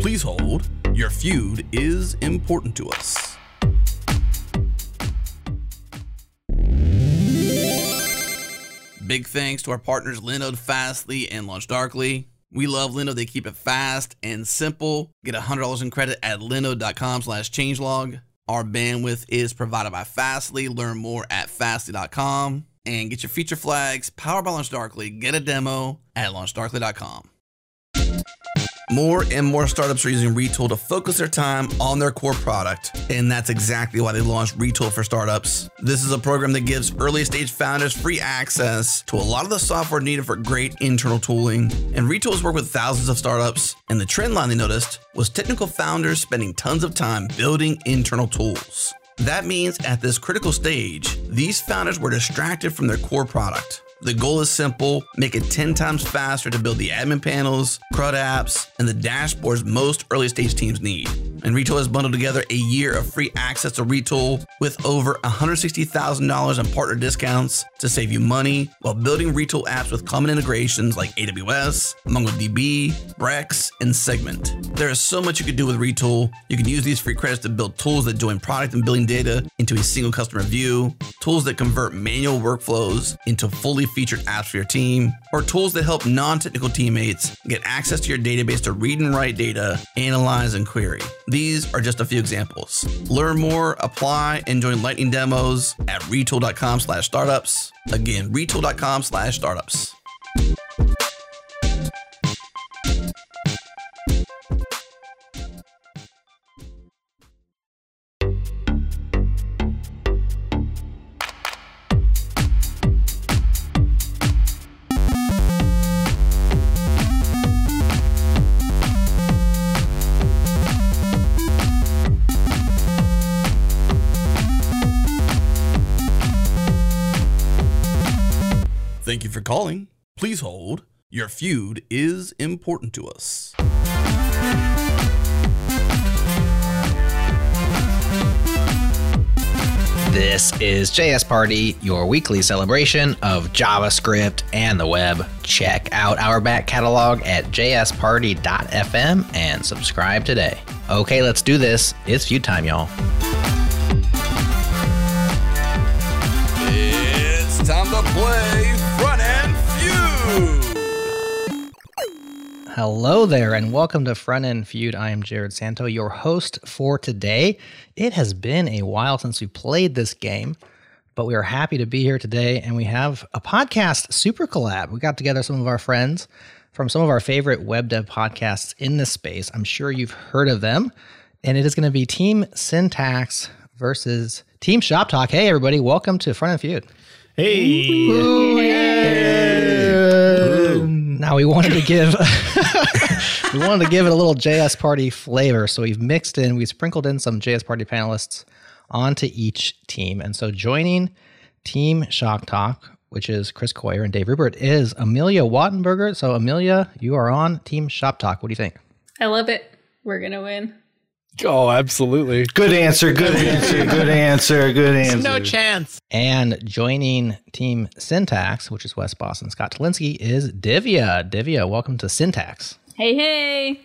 Please hold. Your feud is important to us. Big thanks to our partners Linode Fastly and Launch Darkly. We love Linode. They keep it fast and simple. Get $100 in credit at linode.com slash changelog. Our bandwidth is provided by Fastly. Learn more at fastly.com and get your feature flags powered by Launch Darkly. Get a demo at launchdarkly.com. More and more startups are using Retool to focus their time on their core product. And that's exactly why they launched Retool for Startups. This is a program that gives early stage founders free access to a lot of the software needed for great internal tooling. And Retool's worked with thousands of startups. And the trend line they noticed was technical founders spending tons of time building internal tools. That means at this critical stage, these founders were distracted from their core product. The goal is simple make it 10 times faster to build the admin panels, CRUD apps, and the dashboards most early stage teams need. And Retool has bundled together a year of free access to Retool with over $160,000 in partner discounts to save you money while building Retool apps with common integrations like AWS, MongoDB, Brex, and Segment. There is so much you could do with Retool. You can use these free credits to build tools that join product and billing data into a single customer view, tools that convert manual workflows into fully featured apps for your team, or tools that help non technical teammates get access to your database to read and write data, analyze, and query. These are just a few examples. Learn more, apply, and join Lightning demos at retool.com slash startups. Again, retool.com slash startups. Thank you for calling. Please hold. Your feud is important to us. This is JS Party, your weekly celebration of JavaScript and the web. Check out our back catalog at jsparty.fm and subscribe today. Okay, let's do this. It's feud time, y'all. It's time to play Front End Feud. Hello there, and welcome to Front End Feud. I am Jared Santo, your host for today. It has been a while since we played this game, but we are happy to be here today, and we have a podcast super collab. We got together some of our friends from some of our favorite web dev podcasts in this space. I'm sure you've heard of them, and it is going to be Team Syntax versus Team Shop Talk. Hey, everybody, welcome to Front End Feud. Hey, Now we wanted to give we wanted to give it a little JS party flavor, so we've mixed in, we sprinkled in some JS party panelists onto each team. And so joining Team Shock Talk, which is Chris Coyer and Dave Rupert, is Amelia Wattenberger. So Amelia, you are on Team Shop Talk. What do you think? I love it. We're gonna win. Oh, absolutely. good answer, good answer, good answer, good answer. No chance. And joining Team Syntax, which is Wes Boss and Scott Talinsky, is Divya. Divya, welcome to Syntax. Hey, hey.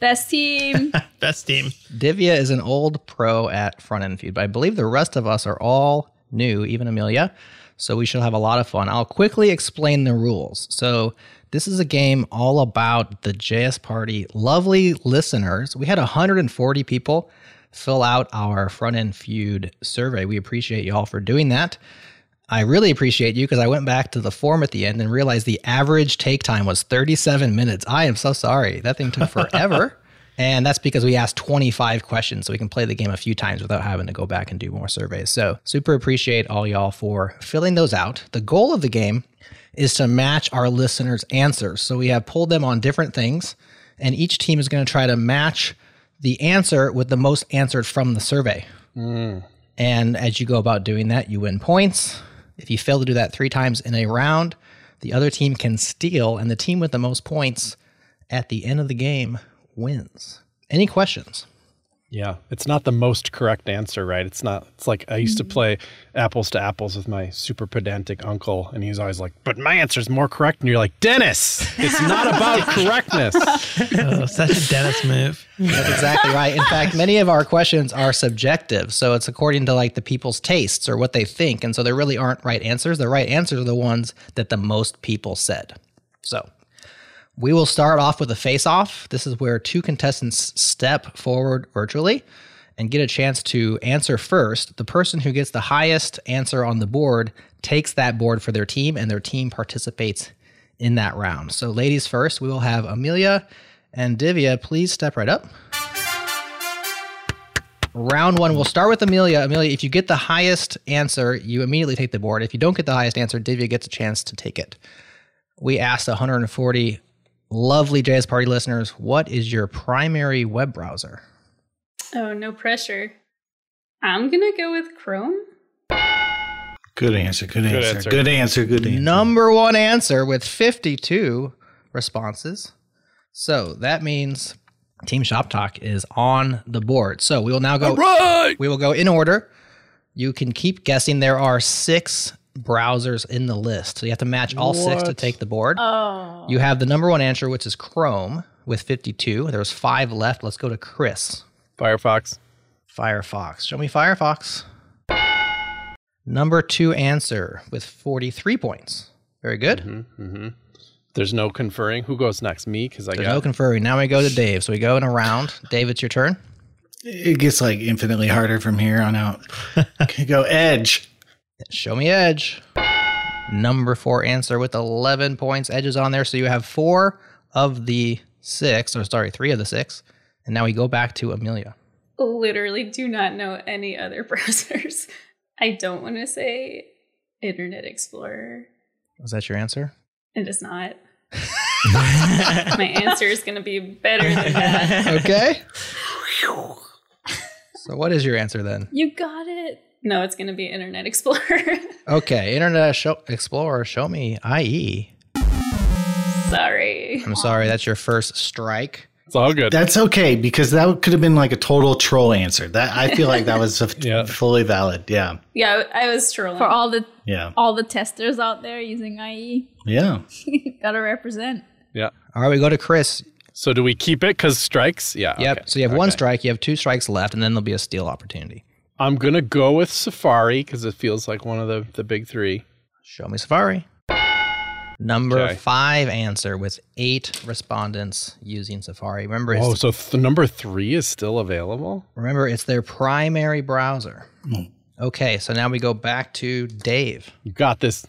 Best team. Best team. Divya is an old pro at Front End Feud, but I believe the rest of us are all new, even Amelia. So we shall have a lot of fun. I'll quickly explain the rules. So this is a game all about the JS Party lovely listeners. We had 140 people fill out our Front End Feud survey. We appreciate you all for doing that. I really appreciate you because I went back to the form at the end and realized the average take time was 37 minutes. I am so sorry. That thing took forever. and that's because we asked 25 questions so we can play the game a few times without having to go back and do more surveys. So, super appreciate all y'all for filling those out. The goal of the game is to match our listeners' answers. So, we have pulled them on different things, and each team is going to try to match the answer with the most answered from the survey. And as you go about doing that, you win points. If you fail to do that three times in a round, the other team can steal, and the team with the most points at the end of the game wins. Any questions? Yeah. It's not the most correct answer, right? It's not. It's like I used to Mm-hmm. play apples to apples with my super pedantic uncle, and he was always like, but my answer's more correct. And you're like, Dennis, it's not about correctness. Oh, such a Dennis move. That's exactly right. In fact, many of our questions are subjective. So it's according to like the people's tastes or what they think. And so there really aren't right answers. The right answers are the ones that the most people said. So we will start off with a face off. This is where two contestants step forward virtually and get a chance to answer first. The person who gets the highest answer on the board takes that board for their team, and their team participates in that round. So, ladies first, we will have Amelia and Divya. Please step right up. Round one, we'll start with Amelia. Amelia, if you get the highest answer, you immediately take the board. If you don't get the highest answer, Divya gets a chance to take it. We asked 140 lovely Jazz Party listeners, what is your primary web browser? Oh, no pressure. I'm gonna go with Chrome. Good answer. Good answer. Good answer. answer. Good answer. Number one answer with 52 responses. So that means Team Shop Talk is on the board. So we will now go. We will go in order. You can keep guessing. There are six browsers in the list, so you have to match all six to What? take the board. Oh. You have the number one answer, which is Chrome with 52. There was five left. Let's go to Chris. Firefox. Firefox. Show me Firefox. Number two answer with 43 points. Very good. Mm-hmm. There's no conferring. Who goes next? Me? Because I There's got no conferring. Now we go to Dave. So we go in a round. Dave, it's your turn. It gets like infinitely harder from here on out. Okay, go edge. Show me Edge. Number four answer with 11 points. Edge is on there. So you have four of the six, or sorry, three of the six. And now we go back to Amelia. Literally do not know any other browsers. I don't want to say Internet Explorer. Is that your answer? It is not. My answer is gonna be better than that. Okay. so what is your answer then? You got it. No, it's gonna be Internet Explorer. Okay. Internet show, Explorer, show me IE. Sorry. I'm sorry, that's your first strike. It's all good. That's okay because that could have been like a total troll answer. That I feel like that was a Yeah. fully valid. Yeah. Yeah, I I was trolling. For all the Yeah. all the testers out there using IE, Yeah. gotta represent. yeah. All right, we go to Chris. So do we keep it because strikes? Yeah. Yep. okay. So you have one Okay. strike, you have two strikes left, and then there'll be a steal opportunity. I'm going to go with Safari because it feels like one of the, the big three. Show me Safari. Number Okay. five answer with eight respondents using Safari. Remember, Oh, it's, so th- number three is still available? remember, it's their primary browser. Okay, so now we go back to Dave. You got this.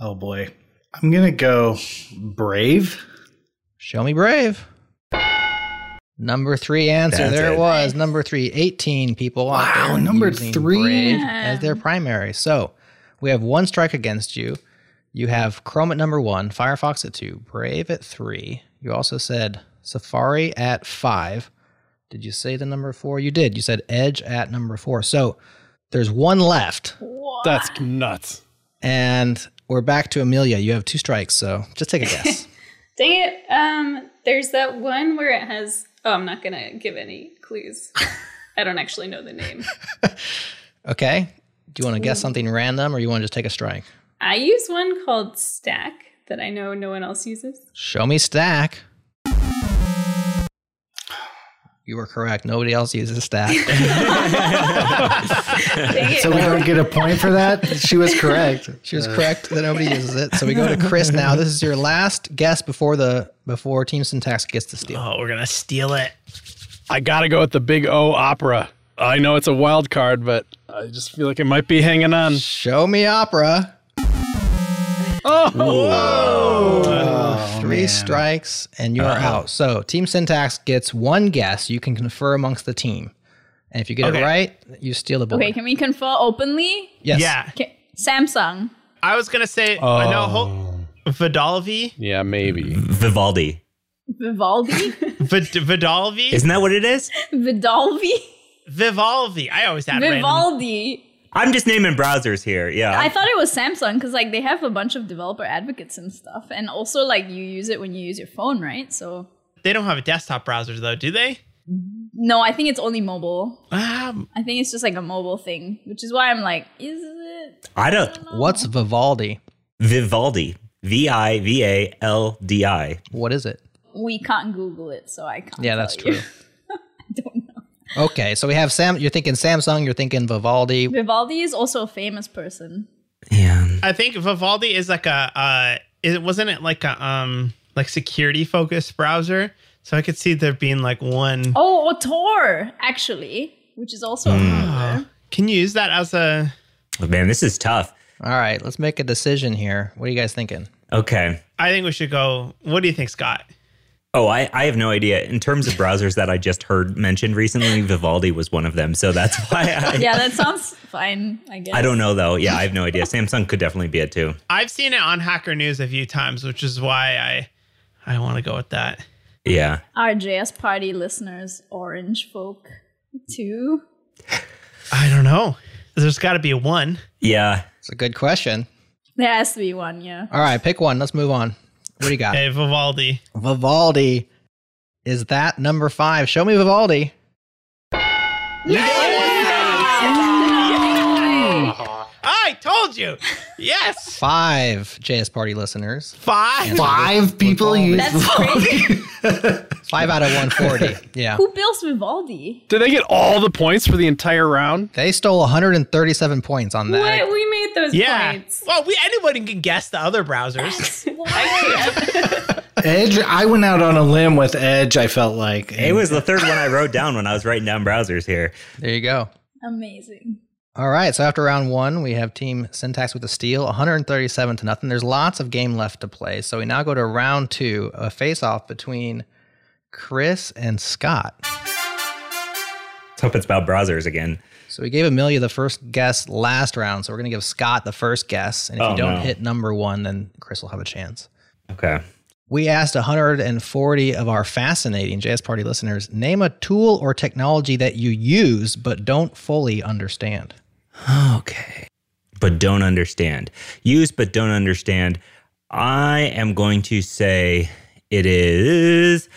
Oh boy. I'm gonna go brave. Show me Brave. Number three answer. That's there it it. was. Number three. 18 people. out Wow, there number using three? Brave as their primary. So we have one strike against you. You have Chrome at number one, Firefox at two, Brave at three. You also said Safari at five. Did you say the number four? You did. You said Edge at number four. So there's one left, That's Ah. nuts. and we're back to Amelia. You have two strikes, so just take a guess. Dang it. Um, there's that one where it has. Oh, I'm not gonna give any clues. I don't actually know the name. okay. Do you want to guess something random, or you want to just take a strike? I use one called Stack that I know no one else uses. Show me stack. You were correct. Nobody else uses stack. Dang it. So we don't get a point for that. She was correct. she was correct that nobody uses it. So we go to Chris now. This is your last guess before the before Team Syntax gets the steal. Oh, we're gonna steal it. I got to go with the big O opera. I know it's a wild card, but I just feel like it might be hanging on. Show me opera. Oh, Three man. strikes and you're out. So Team Syntax gets one guess. You can confer amongst the team. And if you get it Okay. right, you steal the board. Okay, can we confer openly? Yes. Yeah. Okay, Samsung. I was gonna say uh, Oh. no. Hold, Vidalvi, Yeah, maybe. Vivaldi. Vivaldi? Vid- Vidalvi, Isn't that what it is? Vidalvi? Vivalvi. I always had random. Vivaldi. I'm just naming browsers here. Yeah. I thought it was Samsung because like they have a bunch of developer advocates and stuff, and also like you use it when you use your phone, right? So They don't have a desktop browser though, do they? No, I think it's only mobile. Um, I think it's just like a mobile thing, which is why I'm like, is it? I don't. What's Vivaldi? Vivaldi. V I V A L D I. What is it? We can't Google it, so I can't. Yeah, that's tell you. true. I don't know. Okay, so we have Sam. You're thinking Samsung. You're thinking Vivaldi. Vivaldi is also a famous person. Yeah. I think Vivaldi is like a. Uh, it wasn't it like a um like security focused browser. So I could see there being like one. Oh, or Tor, actually, which is also a Hmm. browser. Can you use that as a? Oh, man, this is tough. All right, let's make a decision here. What are you guys thinking? Okay. I think we should go. What do you think, Scott? Oh, I, I have no idea. In terms of browsers that I just heard mentioned recently, Vivaldi was one of them. So that's why I, Yeah, that sounds fine, I guess. I don't know, though. Yeah, I have no idea. Samsung could definitely be it, too. I've seen it on Hacker News a few times, which is why I I want to go with that. Yeah. Our JS Party listeners, orange folk, too. I don't know. There's got to be one. Yeah. It's a good question. There has to be one, yeah. All right, pick one. Let's move on. What do you got? Hey, Vivaldi. Vivaldi. Is that number five? Show me Vivaldi. I told you. Yes. Five JS Party listeners. Five. Five people use That's crazy. Five out of 140. Yeah. Who builds Vivaldi? Did they get all the points for the entire round? They stole 137 points on that. What? We made those Yeah. points. Well, we anybody can guess the other browsers. Edge. I went out on a limb with Edge. I felt like It was the third one I wrote down when I was writing down browsers here. There you go. Amazing. All right. So after round one, we have Team Syntax with a steal, 137 to nothing. There's lots of game left to play. So we now go to round two, a face off between Chris and Scott. Let's hope it's about browsers again. So we gave Amelia the first guess last round. So we're going to give Scott the first guess. And if Oh, you don't no. hit number one, then Chris will have a chance. Okay. We asked 140 of our fascinating JS Party listeners name a tool or technology that you use but don't fully understand. Okay. But don't understand. Use but don't understand. I am going to say it is.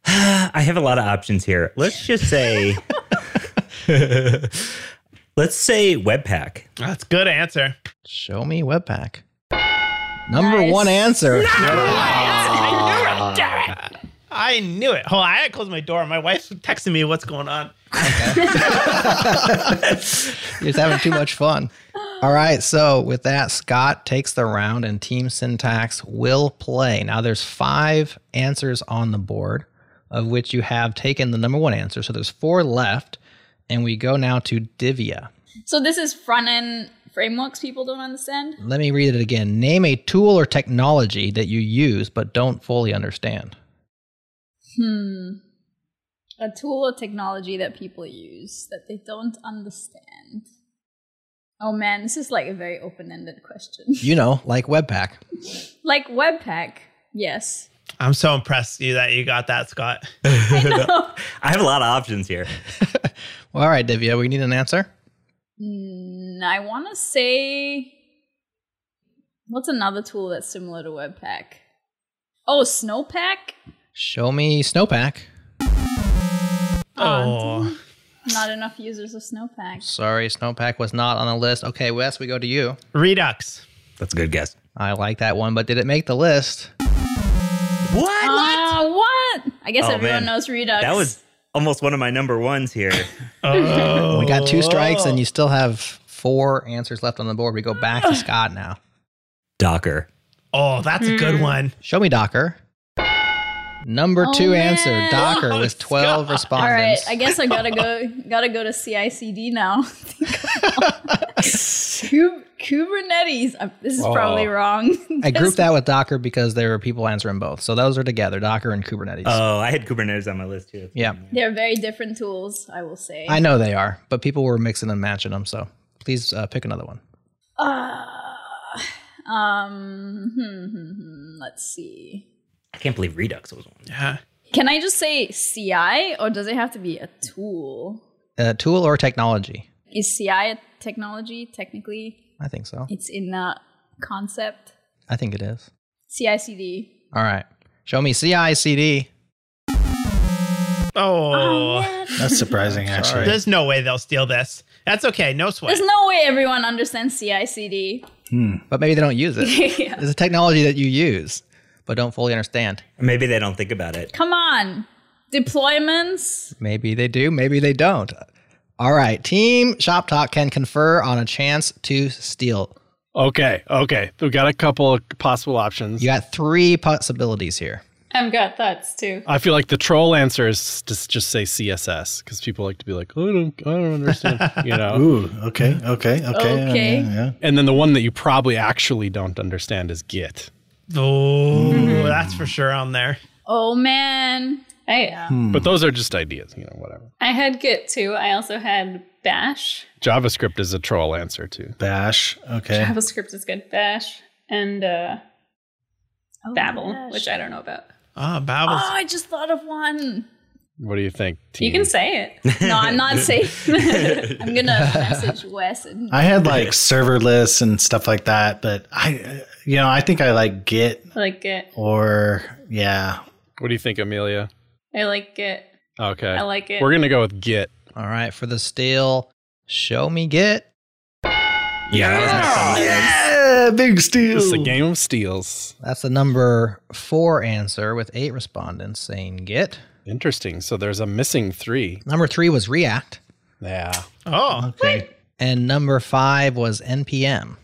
I have a lot of options here. Let's just say. Let's say Webpack. That's a good answer. Show me Webpack. Number Nice. one answer. I knew it. Hold on, I had to close my door. My wife's texting me what's going on. You're just having too much fun. All right. So with that, Scott takes the round and Team Syntax will play. Now there's five answers on the board, of which you have taken the number one answer. So there's four left. And we go now to Divya. So this is front end frameworks people don't understand? Let me read it again. Name a tool or technology that you use but don't fully understand. Hmm. A tool or technology that people use that they don't understand. Oh man, this is like a very open ended question. You know, like Webpack. like Webpack, yes. I'm so impressed you that you got that, Scott. I have a lot of options here. Well, all right, Divya, we need an answer. Mm, I want to say. What's another tool that's similar to Webpack? Oh, Snowpack? Show me Snowpack. Oh, Not enough users of Snowpack. Sorry, Snowpack was not on the list. Okay, Wes, we go to you. Redux. That's a good guess. I like that one, but did it make the list? What? Ah, what? I guess Oh, everyone man. knows Redux. That was almost one of my number ones here. Oh, We got two strikes, and you still have four answers left on the board. We go back to Scott now. Docker. Oh, that's a good one. Show me Docker. Number Oh, two answer man. Docker Oh, with 12 Scott. All right, respondents. I guess I gotta go. Gotta go to CICD now. Kub- Kubernetes. Uh, this is probably wrong. I grouped that with Docker because there were people answering both. So those are together, Docker and Kubernetes. Oh, I had Kubernetes on my list too. yeah. They're very different tools, I will say. I know they are, but people were mixing and matching them. So please uh, pick another one. Uh, um, hmm, hmm, hmm, let's see. I can't believe Redux was one. Yeah. Can I just say CI, or does it have to be a tool? Uh, tool or technology? Is CI a technology? Technically, I think so. it's in that concept. I think it is. CICD. All right. Show me CI CD. Oh, man. That's surprising, actually. there's no way they'll steal this. That's okay. No sweat. There's no way everyone understands CICD. But maybe they don't use it. Yeah. It's a technology that you use, but don't fully understand. Maybe they don't think about it. Come on. Deployments. Maybe they do, maybe they don't. All right, Team Shop Talk can confer on a chance to steal. Okay, okay. We got a couple of possible options. You got three possibilities here. I've got thoughts too. I feel like the troll answer is just just say CSS because people like to be like, oh, I don't, I don't understand, you know. Ooh, okay, okay, okay. Okay. Yeah, yeah. And then the one that you probably actually don't understand is Git. Oh, that's for sure on there. Oh man. I But those are just ideas, you know, whatever. I had Git too. I also had Bash. JavaScript is a troll answer too. Bash. Okay. JavaScript is good. Bash and uh, Babel, which I don't know about. Oh, Oh, Babel's. I just thought of one. What do you think? You Team? can say it. No, I'm not safe. I'm gonna message Wes and I had like serverless and stuff like that, but I, you know, I think I like Git like Git. or yeah. What do you think, Amelia? I like Git. Okay, I like it. We're gonna go with Git. All right, for the steal, show me Git. Yeah, that was not fun. Yeah, big steal. It's a game of steals. That's the number four answer with eight respondents saying Git. Interesting. So there's a missing three. Number three was React, Yeah. oh, Okay. and number five was NPM.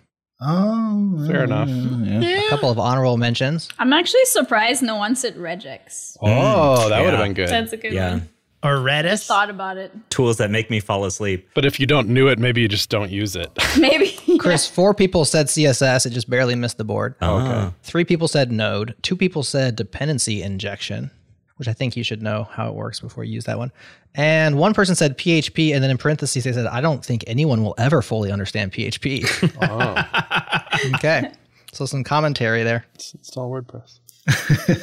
Oh, Fair enough. yeah. A couple of honorable mentions. I'm actually surprised no one said regex. Oh, that would have been good. That's a good Yeah. one. or Redis. Thought about it. Tools that make me fall asleep. but if you don't knew it, maybe you just don't use it. Maybe Chris, four people said CSS. It just barely missed the board. okay. Three people said Node. Two people said dependency injection, which I think you should know how it works before you use that one. And one person said PHP, and then in parentheses they said, "I don't think anyone will ever fully understand PHP." okay, so some commentary there. Install WordPress.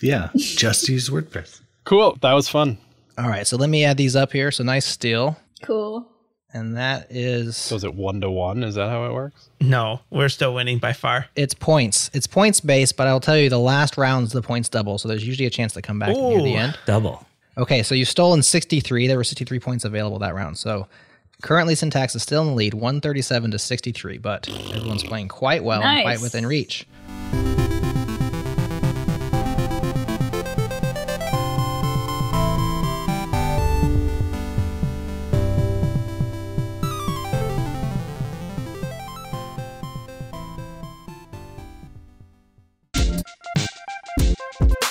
Yeah. Just use WordPress. Cool. That was fun. All right, so let me add these up here. So nice steal, cool. and that is So is it one to one? Is that how it works? No, we're still winning by far. it's points. It's points based, but I'll tell you the last round's the points double, so there's usually a chance to come back near the Ooh. end. Double. Okay, so you've stolen 63. There were 63 points available that round. So currently, Syntax is still in the lead, 137 to 63, but everyone's playing quite well and quite Nice. within reach.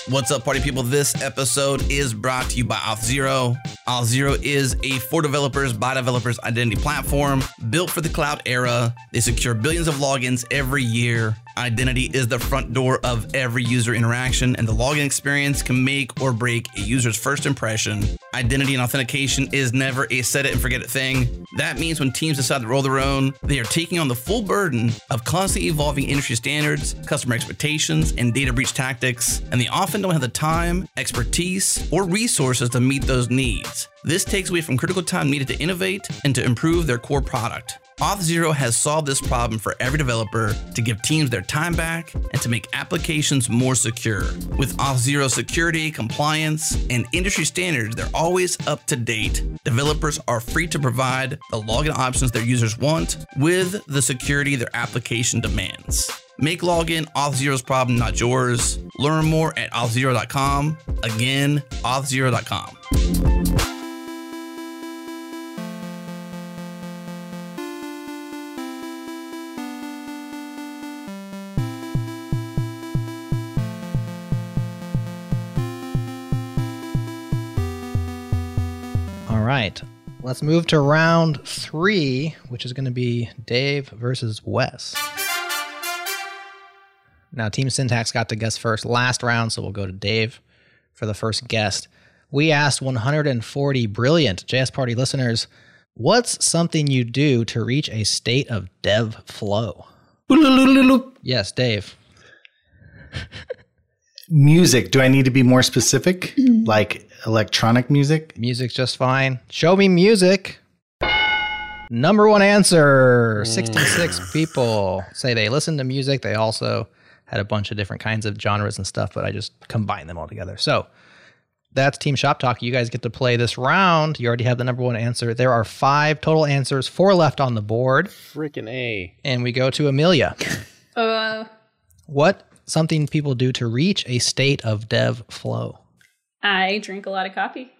What's up, party people? This episode is brought to you by Auth0. Auth0 is a for developers by developers identity platform built for the cloud era. They secure billions of logins every year. Identity is the front door of every user interaction, and the login experience can make or break a user's first impression. Identity and authentication is never a set it and forget it thing. That means when teams decide to roll their own, they are taking on the full burden of constantly evolving industry standards, customer expectations, and data breach tactics, and they often don't have the time, expertise, or resources to meet those needs. This takes away from critical time needed to innovate and to improve their core product. Auth0 has solved this problem for every developer to give teams their time back and to make applications more secure. With Auth0 security, compliance, and industry standards, they're always up to date. Developers are free to provide the login options their users want with the security their application demands. Make login Auth0's problem, not yours. Learn more at auth0.com. Again, auth0.com. All right, let's move to round three, which is going to be Dave versus Wes. Now, Team Syntax got to guess first last round, so we'll go to Dave for the first guest. We asked 140 brilliant JS Party listeners, what's something you do to reach a state of dev flow? Yes, Dave. Music. Do I need to be more specific? like electronic music? Music's just fine. Show me music. Number one answer 66 people say they listen to music. They also had a bunch of different kinds of genres and stuff, but I just combined them all together. So, That's Team Shop Talk. You guys get to play this round. You already have the number one answer. There are five total answers, four left on the board. Freaking A. And we go to Amelia. Uh, What something people do to reach a state of dev flow? I drink a lot of coffee.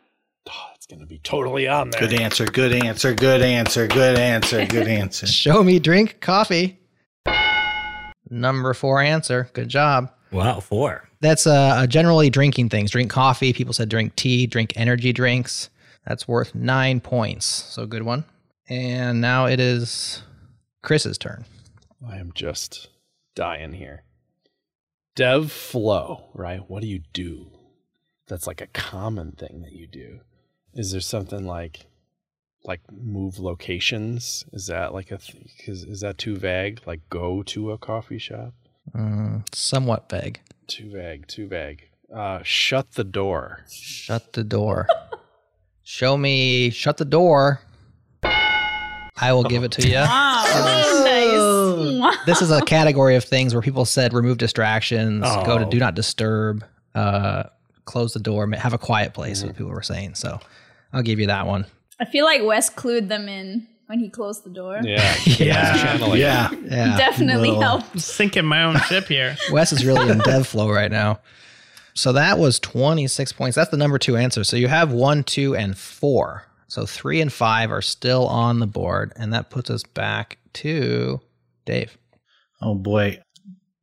Oh, it's going to be totally on there. Good answer. Good answer. Good answer. Good answer. Good answer. Show me drink coffee. Number four answer. Good job. Wow, four. That's uh, generally drinking things. Drink coffee. People said drink tea, drink energy drinks. That's worth nine points. So good one. And now it is Chris's turn. I am just dying here. Dev flow, right? What do you do? That's like a common thing that you do. Is there something like like move locations? Is that like a th- is, is that too vague? Like go to a coffee shop? Mm, somewhat vague. Too vague, too vague. Uh shut the door. Shut the door. Show me shut the door. I will give it to you. nice. This is a category of things where people said remove distractions, go to Oh. do not disturb, uh, close the door, ma- have a quiet place, what people were saying. So I'll give you that one. I feel like Wes clued them in when he closed the door. Yeah. yeah. Channeling. Oh, Yeah. Yeah. Definitely Well. helped. I'm sinking my own ship here. Wes is really in dev flow right now. So that was 26 points. That's the number two answer. So you have one, two, and four. So three and five are still on the board. And that puts us back to Dave. Oh boy.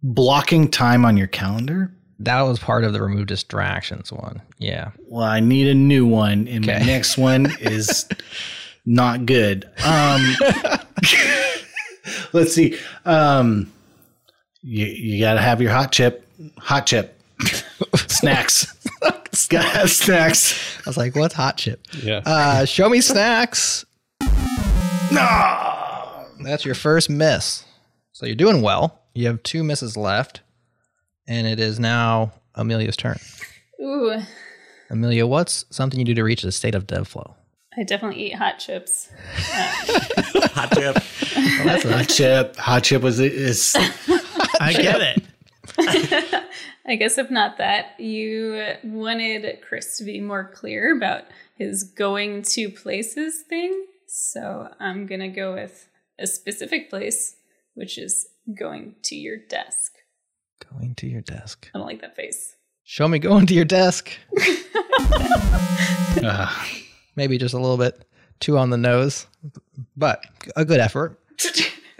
Blocking time on your calendar? That was part of the remove distractions one. Yeah. Well, I need a new one, and my Okay. next one is not good. Um, let's see. Um, you you got to have your hot chip, hot chip, snacks. gotta have snacks. I was like, what's hot chip? Yeah. Uh, show me snacks. No. That's your first miss. So you're doing well. You have two misses left. And it is now Amelia's turn. Ooh, Amelia, what's something you do to reach a state of dev flow? I definitely eat hot chips. Hot tip. Hot chip, hot chip was is I get it. I guess if not that, you wanted Chris to be more clear about his going to places thing. So I'm going to go with a specific place, which is going to your desk. Going to your desk. I don't like that face. Show me going to your desk. uh, Maybe just a little bit too on the nose, but a good effort.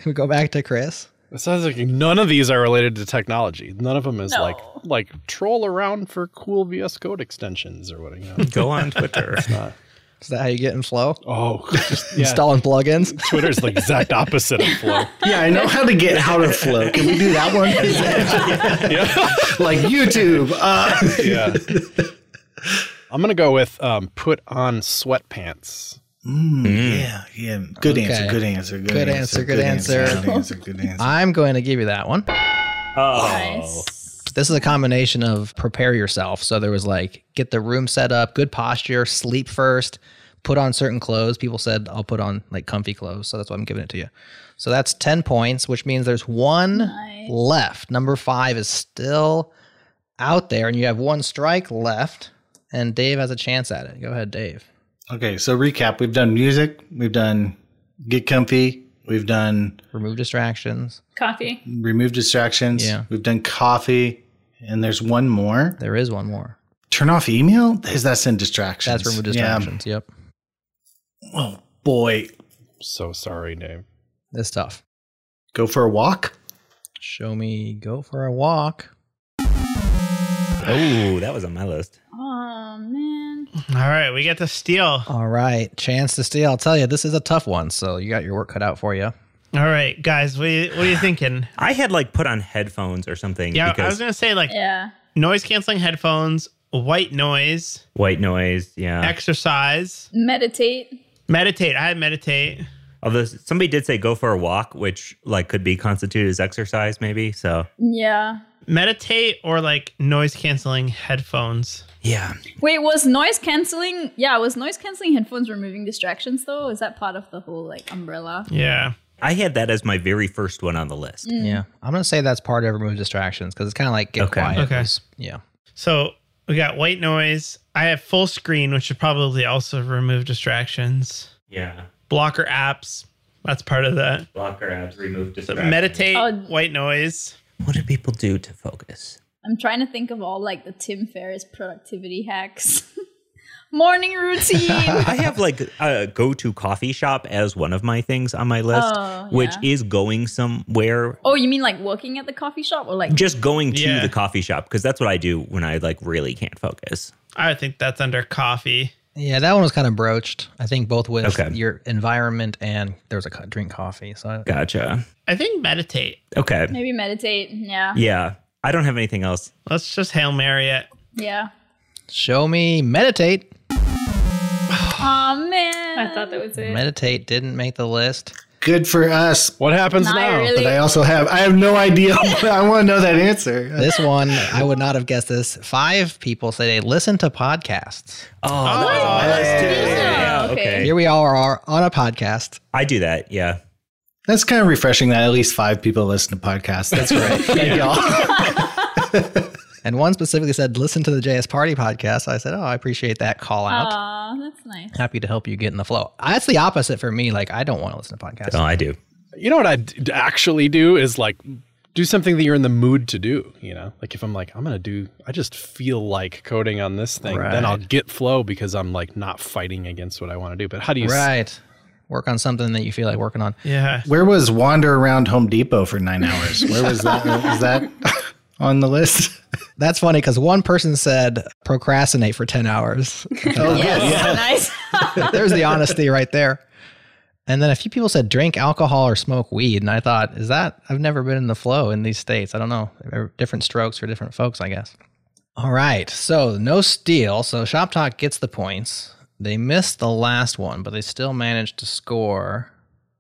we go back to Chris. It sounds like none of these are related to technology. None of them is like No. like troll around for cool VS Code extensions or what. You know. Go on Twitter. Is that how you get in flow? Oh, just, yeah. Installing plugins? Twitter's the exact opposite of flow. yeah, I know how to get out of flow. Can we do that one? Yeah. like YouTube. Uh, yeah. I'm gonna go with um, put on sweatpants. yeah, yeah. Good answer. Mm. Okay. Good answer. Good, Good answer, good answer. Good answer. Good answer. I'm going to give you that one. Oh, Nice. This is a combination of prepare yourself. So there was like get the room set up, good posture, sleep first, put on certain clothes. People said I'll put on like comfy clothes. So that's why I'm giving it to you. So that's 10 points, which means there's one left. Number five is still out there, and you have one strike left, and Dave has a chance at it. Go ahead, Dave. Okay, so recap. We've done music. We've done get comfy. We've done Remove distractions. Coffee. remove distractions. Yeah. We've done coffee. And there's one more. There is one more. Turn off email? Is that's in distractions. That's remove distractions. Yep. Yeah. Oh boy. So sorry, Dave. That's tough. Go for a walk. Show me go for a walk. oh, that was on my list. Oh man. All right, we get to steal. All right, chance to steal. I'll tell you, this is a tough one, so you got your work cut out for you. All right, guys, what are you, what are you thinking? I had like put on headphones or something Yeah, I because was gonna say like Yeah. noise canceling headphones, white noise, white noise. Yeah. exercise, Meditate. meditate. I had meditate. Although somebody did say go for a walk, which like could be constituted as exercise, maybe. So Yeah. Meditate or like noise canceling headphones. yeah, Wait, was noise canceling? Yeah, was noise canceling headphones removing distractions though? Is that part of the whole like umbrella? Yeah. I had that as my very first one on the list. Yeah, I'm gonna say that's part of remove distractions because it's kind of like get Okay. quiet. Okay. Yeah, So we got white noise, I have full screen, which should probably also remove distractions. Yeah. Blocker apps. That's part of that. Blocker apps, remove So distractions. meditate, Oh. white noise. What do people do to focus? I'm trying to think of all like the Tim Ferriss productivity hacks. Morning routine. I have like a go to coffee shop as one of my things on my list, Oh, which yeah. is going somewhere, oh, you mean like working at the coffee shop or like just going to Yeah. the coffee shop because that's what I do when I like really can't focus. I think that's under coffee. Yeah, that one was kind of broached. I think both with Okay. your environment and there was a co- drink coffee. So I- Gotcha. I think meditate. Okay. maybe meditate? Yeah. Yeah. I don't have anything else. Let's just hail mary it. Yeah. show me meditate. Oh man. I thought that was it. Meditate didn't make the list. Good for us. What happens Not now? really. But I also have I have no idea. I want to know that answer. This one, I would not have guessed this. Five people say they listen to podcasts. Oh, that was on my Oh, list too. yeah, Yeah, okay. okay. Here we are, are on a podcast. I do that. Yeah. That's kind of refreshing that at least five people listen to podcasts. That's right. Thank y'all. And one specifically said, listen to the JS Party podcast. I said, oh, I appreciate that call out. Aw, that's nice. Happy to help you get in the flow. That's the opposite for me. Like, I don't want to listen to podcasts. Oh, I do. You know what I d- actually do is like do something that you're in the mood to do. You know, like if I'm like I'm gonna do, I just feel like coding on this thing, then I'll get flow because I'm like not fighting against what I want to do. But how do you? s- Right. Work on something that you feel like working on. Yeah. Where was wander around Home Depot for nine hours? Where was that? Was that on the list? That's funny because one person said procrastinate for 10 hours. Oh, good. Yeah. nice. There's the honesty right there. And then a few people said drink alcohol or smoke weed. And I thought, is that, I've never been in the flow in these states. I don't know. They're Different strokes for different folks, I guess. All right. So no steal. So Shop Talk gets the points. They missed the last one, but they still managed to score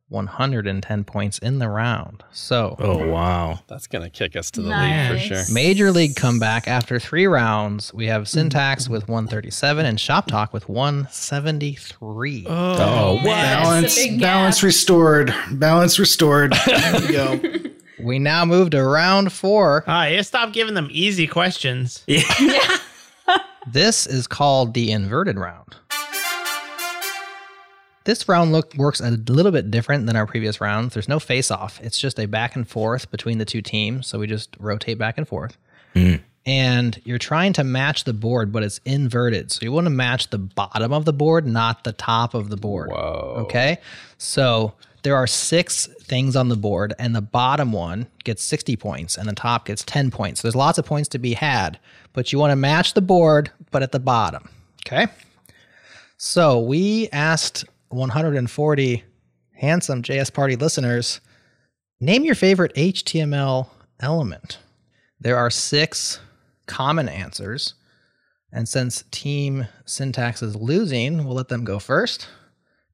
110 points in the round. So Oh, wow. That's gonna kick us to the lead Nice. for sure. Major League comeback after three rounds. We have Syntax with 137 and Shop Talk with 173. Oh, Balance, big gap. balance restored. Balance restored. There you go. We now move to round four. Ah, you stop giving them easy questions. This is called the inverted round. This round look works a little bit different than our previous rounds. There's no face off. It's just a back and forth between the two teams. So we just rotate back and forth. And you're trying to match the board, but it's inverted. So you want to match the bottom of the board, not the top of the board. Whoa. Okay. So there are six things on the board, and the bottom one gets 60 points, and the top gets 10 points. So there's lots of points to be had, but you want to match the board, but at the bottom. Okay. So we asked 140 handsome JS Party listeners name your favorite HTML element. There are six common answers. And since Team Syntax is losing, we'll let them go first.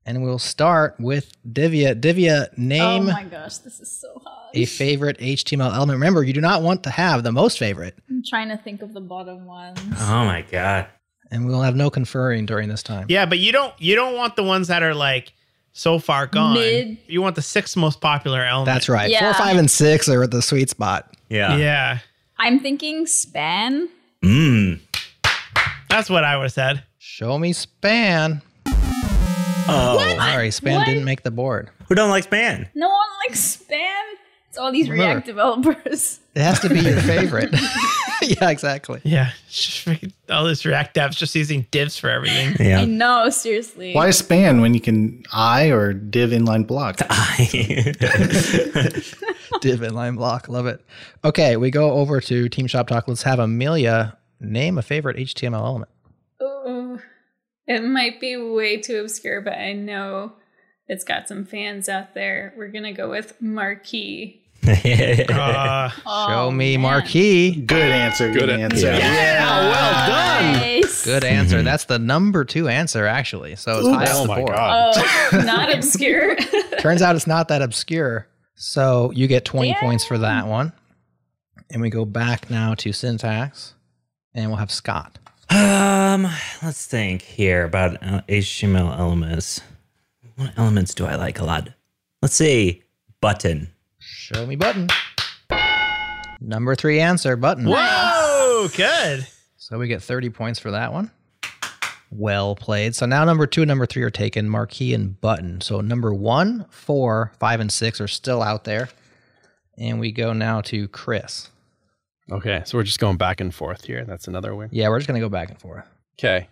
And we'll start with Divya. Divya, Oh name my gosh, this is so hard. a favorite HTML element. Remember, you do not want to have the most favorite. I'm trying to think of the bottom ones. Oh, my God. And we'll have no conferring during this time. Yeah, but you don't you don't want the ones that are like so far gone. Mid. You want the six most popular elements. That's right. Four, Yeah. five, and six are at the sweet spot. Yeah. Yeah. I'm thinking span. Mm. That's what I would have said. Show me span. Oh. Sorry, span What? didn't make the board. Who don't like span? No one likes span. It's all these Remember. React developers. It has to be your favorite. yeah, exactly. Yeah. Just freaking- All this React devs just using divs for everything. Yeah. I know, seriously. Why span when you can I or div inline block? Div inline block. Love it. Okay, we go over to Team Shop Talk. Let's have Amelia name a favorite HTML element. Ooh. It might be way too obscure, but I know it's got some fans out there. We're gonna go with Marquee. Uh, Oh, Show me man. marquee. Good answer. Good, answer. Yeah. Nice. Good answer. That's the number two answer, actually. So it's high Oh on the my board. god. Oh, not obscure. Turns out it's not that obscure. So you get 20 points for that one. And we go back now to syntax, and we'll have Scott. um, let's think here about uh, HTML elements. What elements do I like a lot? Let's see. Button. Show me button. Number three answer button. whoa, good. So we get 30 points for that one. Well played. So now number two and number three are taken, Marquee and Button. So number one, four, five, and six are still out there. And we go now to Chris. Okay, so we're just going back and forth here. That's another win. Yeah, we're just going to go back and forth. Okay,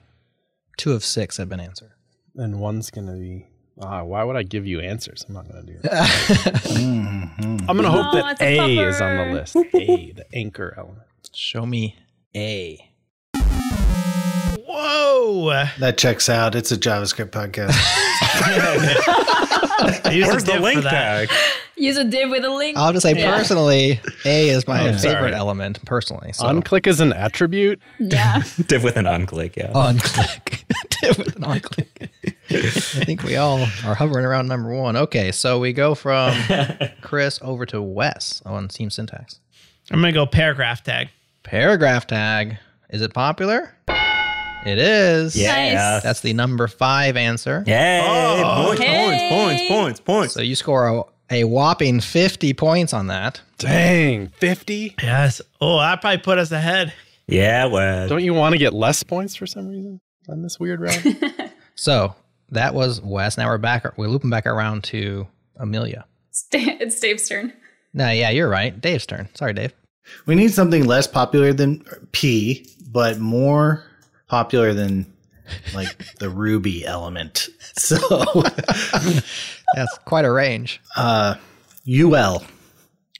Two of six have been answered. and one's gonna be. Ah, why would I give you answers? I'm not gonna do that. Mm-hmm. I'm gonna hope Oh, that it's a A is on the bummer. list. A, the anchor element. Show me A. Whoa! That checks out. It's a JavaScript podcast. I used a Where's the div for link that. back? Use a div with a link. I'll just say Yeah. personally, A is my Oh, favorite sorry. element, personally. So Unclick is an attribute. yeah. Div with an unclick, yeah. unclick. With an unclick. I think we all are hovering around number one. Okay, so we go from Chris over to Wes on Team Syntax. I'm gonna go paragraph tag. Paragraph tag. Is it popular? It is. Yeah. Nice. That's the number five answer. Yay! points, Hey. points, points, points, So points. you score a, a whopping 50 points on that. Dang, 50? Yes. Oh, that probably put us ahead. Yeah, Wes. Don't you want to get less points for some reason on this weird round? So that was Wes. Now we're back. We're looping back around to Amelia. It's, Da- it's Dave's turn. No, yeah, you're right. Dave's turn. Sorry, Dave. we need something less popular than P, but more popular than like the Ruby element. So That's quite a range. uh, UL.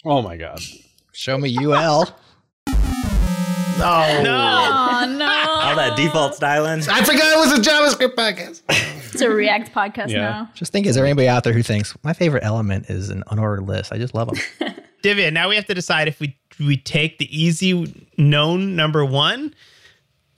oh my god. Show me UL. Oh, Oh All no. that default styling. I forgot it was a JavaScript podcast. it's a React podcast Yeah. now. Just think, is there anybody out there who thinks my favorite element is an unordered list? I just love them. Divya, now we have to decide if we we take the easy known number one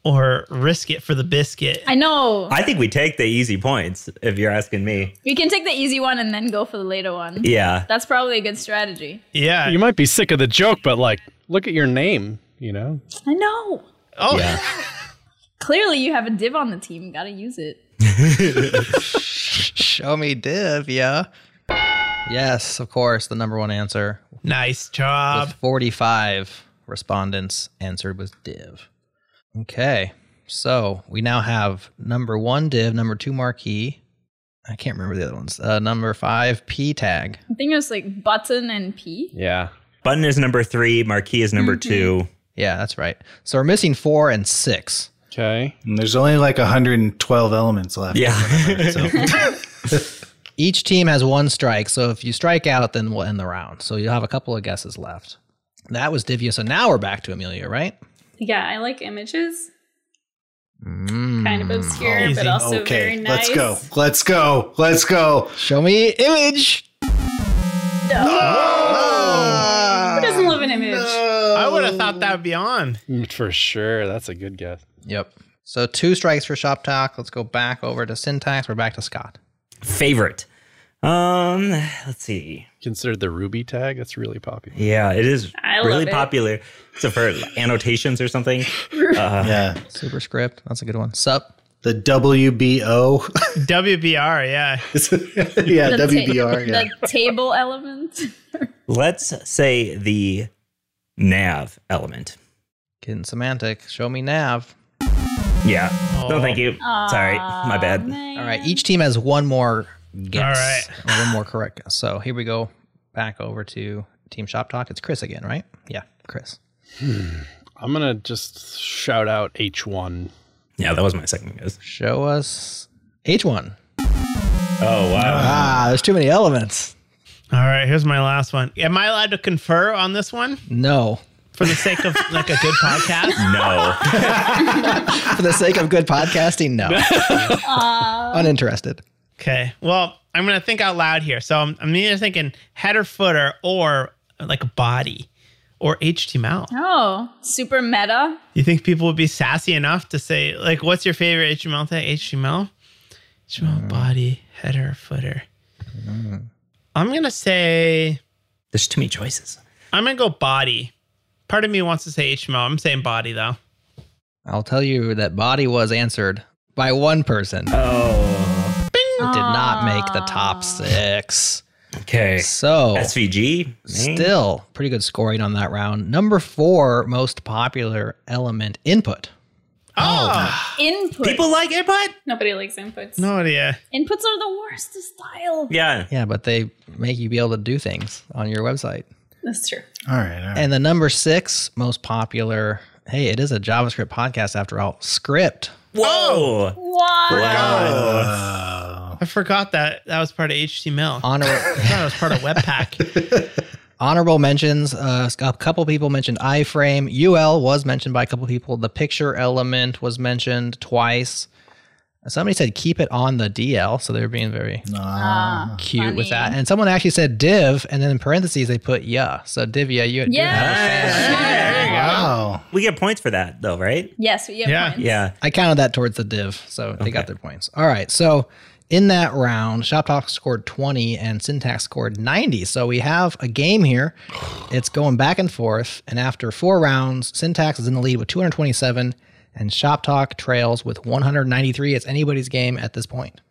or risk it for the biscuit. I know. I think we take the easy points if you're asking me. we can take the easy one and then go for the later one. Yeah. That's probably a good strategy. yeah. You might be sick of the joke, but like, look at your name, you know? I know. oh, Clearly, you have a div on the team. Gotta use it. Show me div, yeah. Yes, of course, the number one answer. nice With job. 45 respondents answered was div. Okay, so we now have number one div, number two marquee. I can't remember the other ones. Uh, number five p tag. I think it was like button and P. Yeah. Button is number three, marquee is number Mm-hmm. two. Yeah, that's right. So we're missing four and six. Okay. And there's only like 112 elements left. Yeah. So Each team has one strike, so if you strike out, then we'll end the round. So you'll have a couple of guesses left. That was Divya, so now we're back to Amelia, right? Yeah, I like images. Mm. Kind of obscure, Easy. but also very Hmm. Oh, nice. okay, let's go. Let's go. Let's go. Show me image. Oh. Who doesn't love an image? I would have thought that would be on. Mm, For sure. That's a good guess. Yep. So two strikes for Shop Talk. Let's go back over to Syntax. We're back to Scott. Favorite. Um, let's see. Considered the Ruby tag. That's really popular. Yeah, it is I love really it. popular. So for annotations or something. Yeah. Superscript. That's a good one. Sup. The WBO. WBR, yeah, yeah. ta- WBR. Yeah. The table element. Let's say the nav element. Getting semantic. Show me nav. Yeah. No, thank you. Sorry. Aw, My bad. man. All right. Each team has one more guess. All All right. One more correct guess. So here we go. Back over to Team Shop Talk. It's Chris again, right? Yeah, Chris. I'm going to just shout out H1. Yeah, that was my second guess. Show us H1. Oh, wow. Ah, there's too many elements. All right, here's my last one. Am I allowed to confer on this one No. for the sake of like a good podcast? No. For the sake of good podcasting, no. Uninterested. Okay. Well, I'm gonna think out loud here. So I'm, I'm either thinking header, footer, or like a body, or HTML. Oh, super meta. You think people would be sassy enough to say, like, what's your favorite HTML tag? HTML? HTML body, header, footer. I'm going to say, There's too many choices. I'm going to go body. Part of me wants to say HTML. I'm saying body, though. I'll tell you that body was answered by one person. Oh. It did not make the top six. Okay. So, SVG? man. still pretty good scoring on that round. Number four, most popular element input. Oh, Input. People like input? Nobody likes inputs. no idea. Inputs are the worst to style. Yeah. Yeah, but they make you be able to do things on your website. That's true. All right. All right. And the number six most popular, hey, it is a JavaScript podcast after all, script. Whoa. What? I forgot that that was part of HTML. I Honor- thought it was part of Webpack. honorable mentions uh, a couple people mentioned iframe. UL was mentioned by a couple people. The picture element was mentioned twice. Somebody said keep it on the DL, so they were being very Ah, cute with funny. that. And someone actually said div, and then in parentheses they put yeah. So divya, you Yes. wow. We get points for that though, right? yes, we have Yeah. points. Yeah. I counted that towards the div, so they got their points. All right, so in that round, Shop Talk scored 20 and Syntax scored 90. So we have a game here. It's going back and forth, and after four rounds, Syntax is in the lead with 227, and Shop Talk trails with 193. It's anybody's game at this point.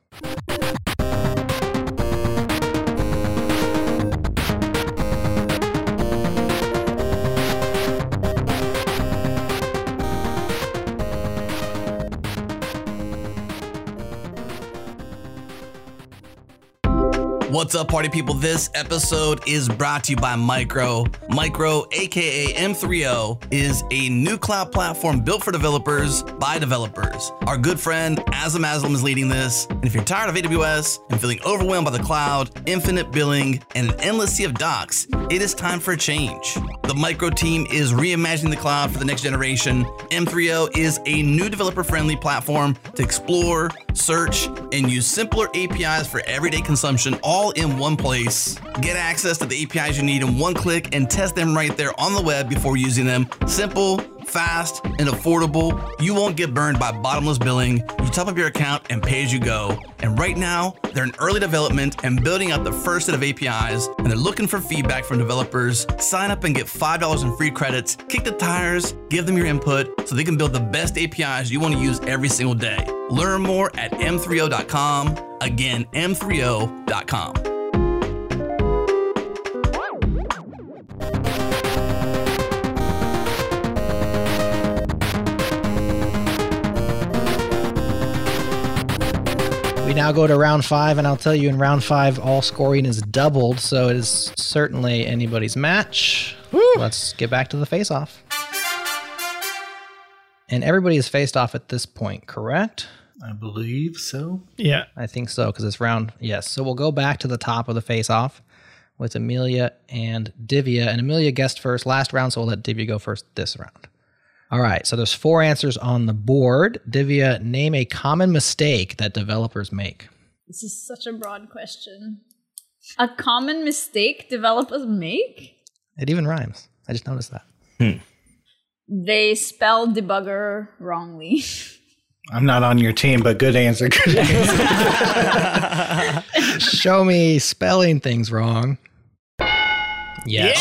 What's up, party people? This episode is brought to you by Micro. Micro, aka M3O, is a new cloud platform built for developers by developers. Our good friend Azam Aslam is leading this. And if you're tired of AWS and feeling overwhelmed by the cloud, infinite billing, and an endless sea of docs, it is time for a change. The Micro team is reimagining the cloud for the next generation. M3O is a new developer friendly platform to explore, search, and use simpler APIs for everyday consumption all in one place. Get access to the APIs you need in one click and test them right there on the web before using them. Simple, fast, and affordable. You won't get burned by bottomless billing. You top up your account and pay as you go. And right now, they're in early development and building out the first set of APIs, and they're looking for feedback from developers. Sign up and get $5 in free credits. Kick the tires, give them your input so they can build the best APIs you want to use every single day. Learn more at m3o.com. Again, m3o.com. We now go to round five, and I'll tell you in round five, all scoring is doubled, so it is certainly anybody's match. Let's get back to the face off. And everybody is faced off at this point, correct? I believe so. yeah. I think so, because it's round. Yes. So we'll go back to the top of the face off with Amelia and Divya. And Amelia guessed first last round, so we'll let Divya go first this round. All right. So there's four answers on the board. Divya, name a common mistake that developers make. This is such a broad question. A common mistake developers make? It even rhymes. I just noticed that. They spell debugger wrongly. I'm not on your team, but good answer. Good answer. Show me spelling things wrong. Yes.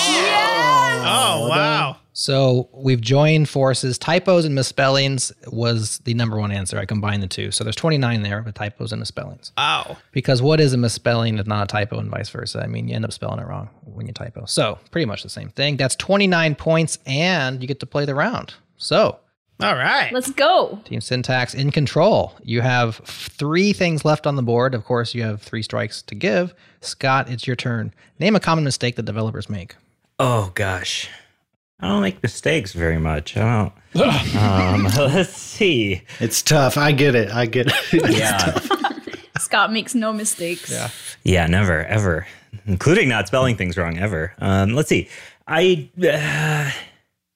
Oh, wow. So we've joined forces. Typos and misspellings was the number one answer. I combined the two. So there's 29 there with typos and misspellings. Wow. Because what is a misspelling is not a typo and vice versa. I mean, you end up spelling it wrong when you typo. So pretty much the same thing. That's 29 points and you get to play the round. So All right. Let's go. Team Syntax in control. You have three things left on the board. Of course, you have three strikes to give. Scott, it's your turn. Name a common mistake that developers make. Oh gosh. I don't make mistakes very much. I don't. um, let's see. It's tough. I get it. I get it. Yeah. Scott makes no mistakes. Yeah. Yeah, never, ever, including not spelling things wrong ever. Um, let's see. I uh,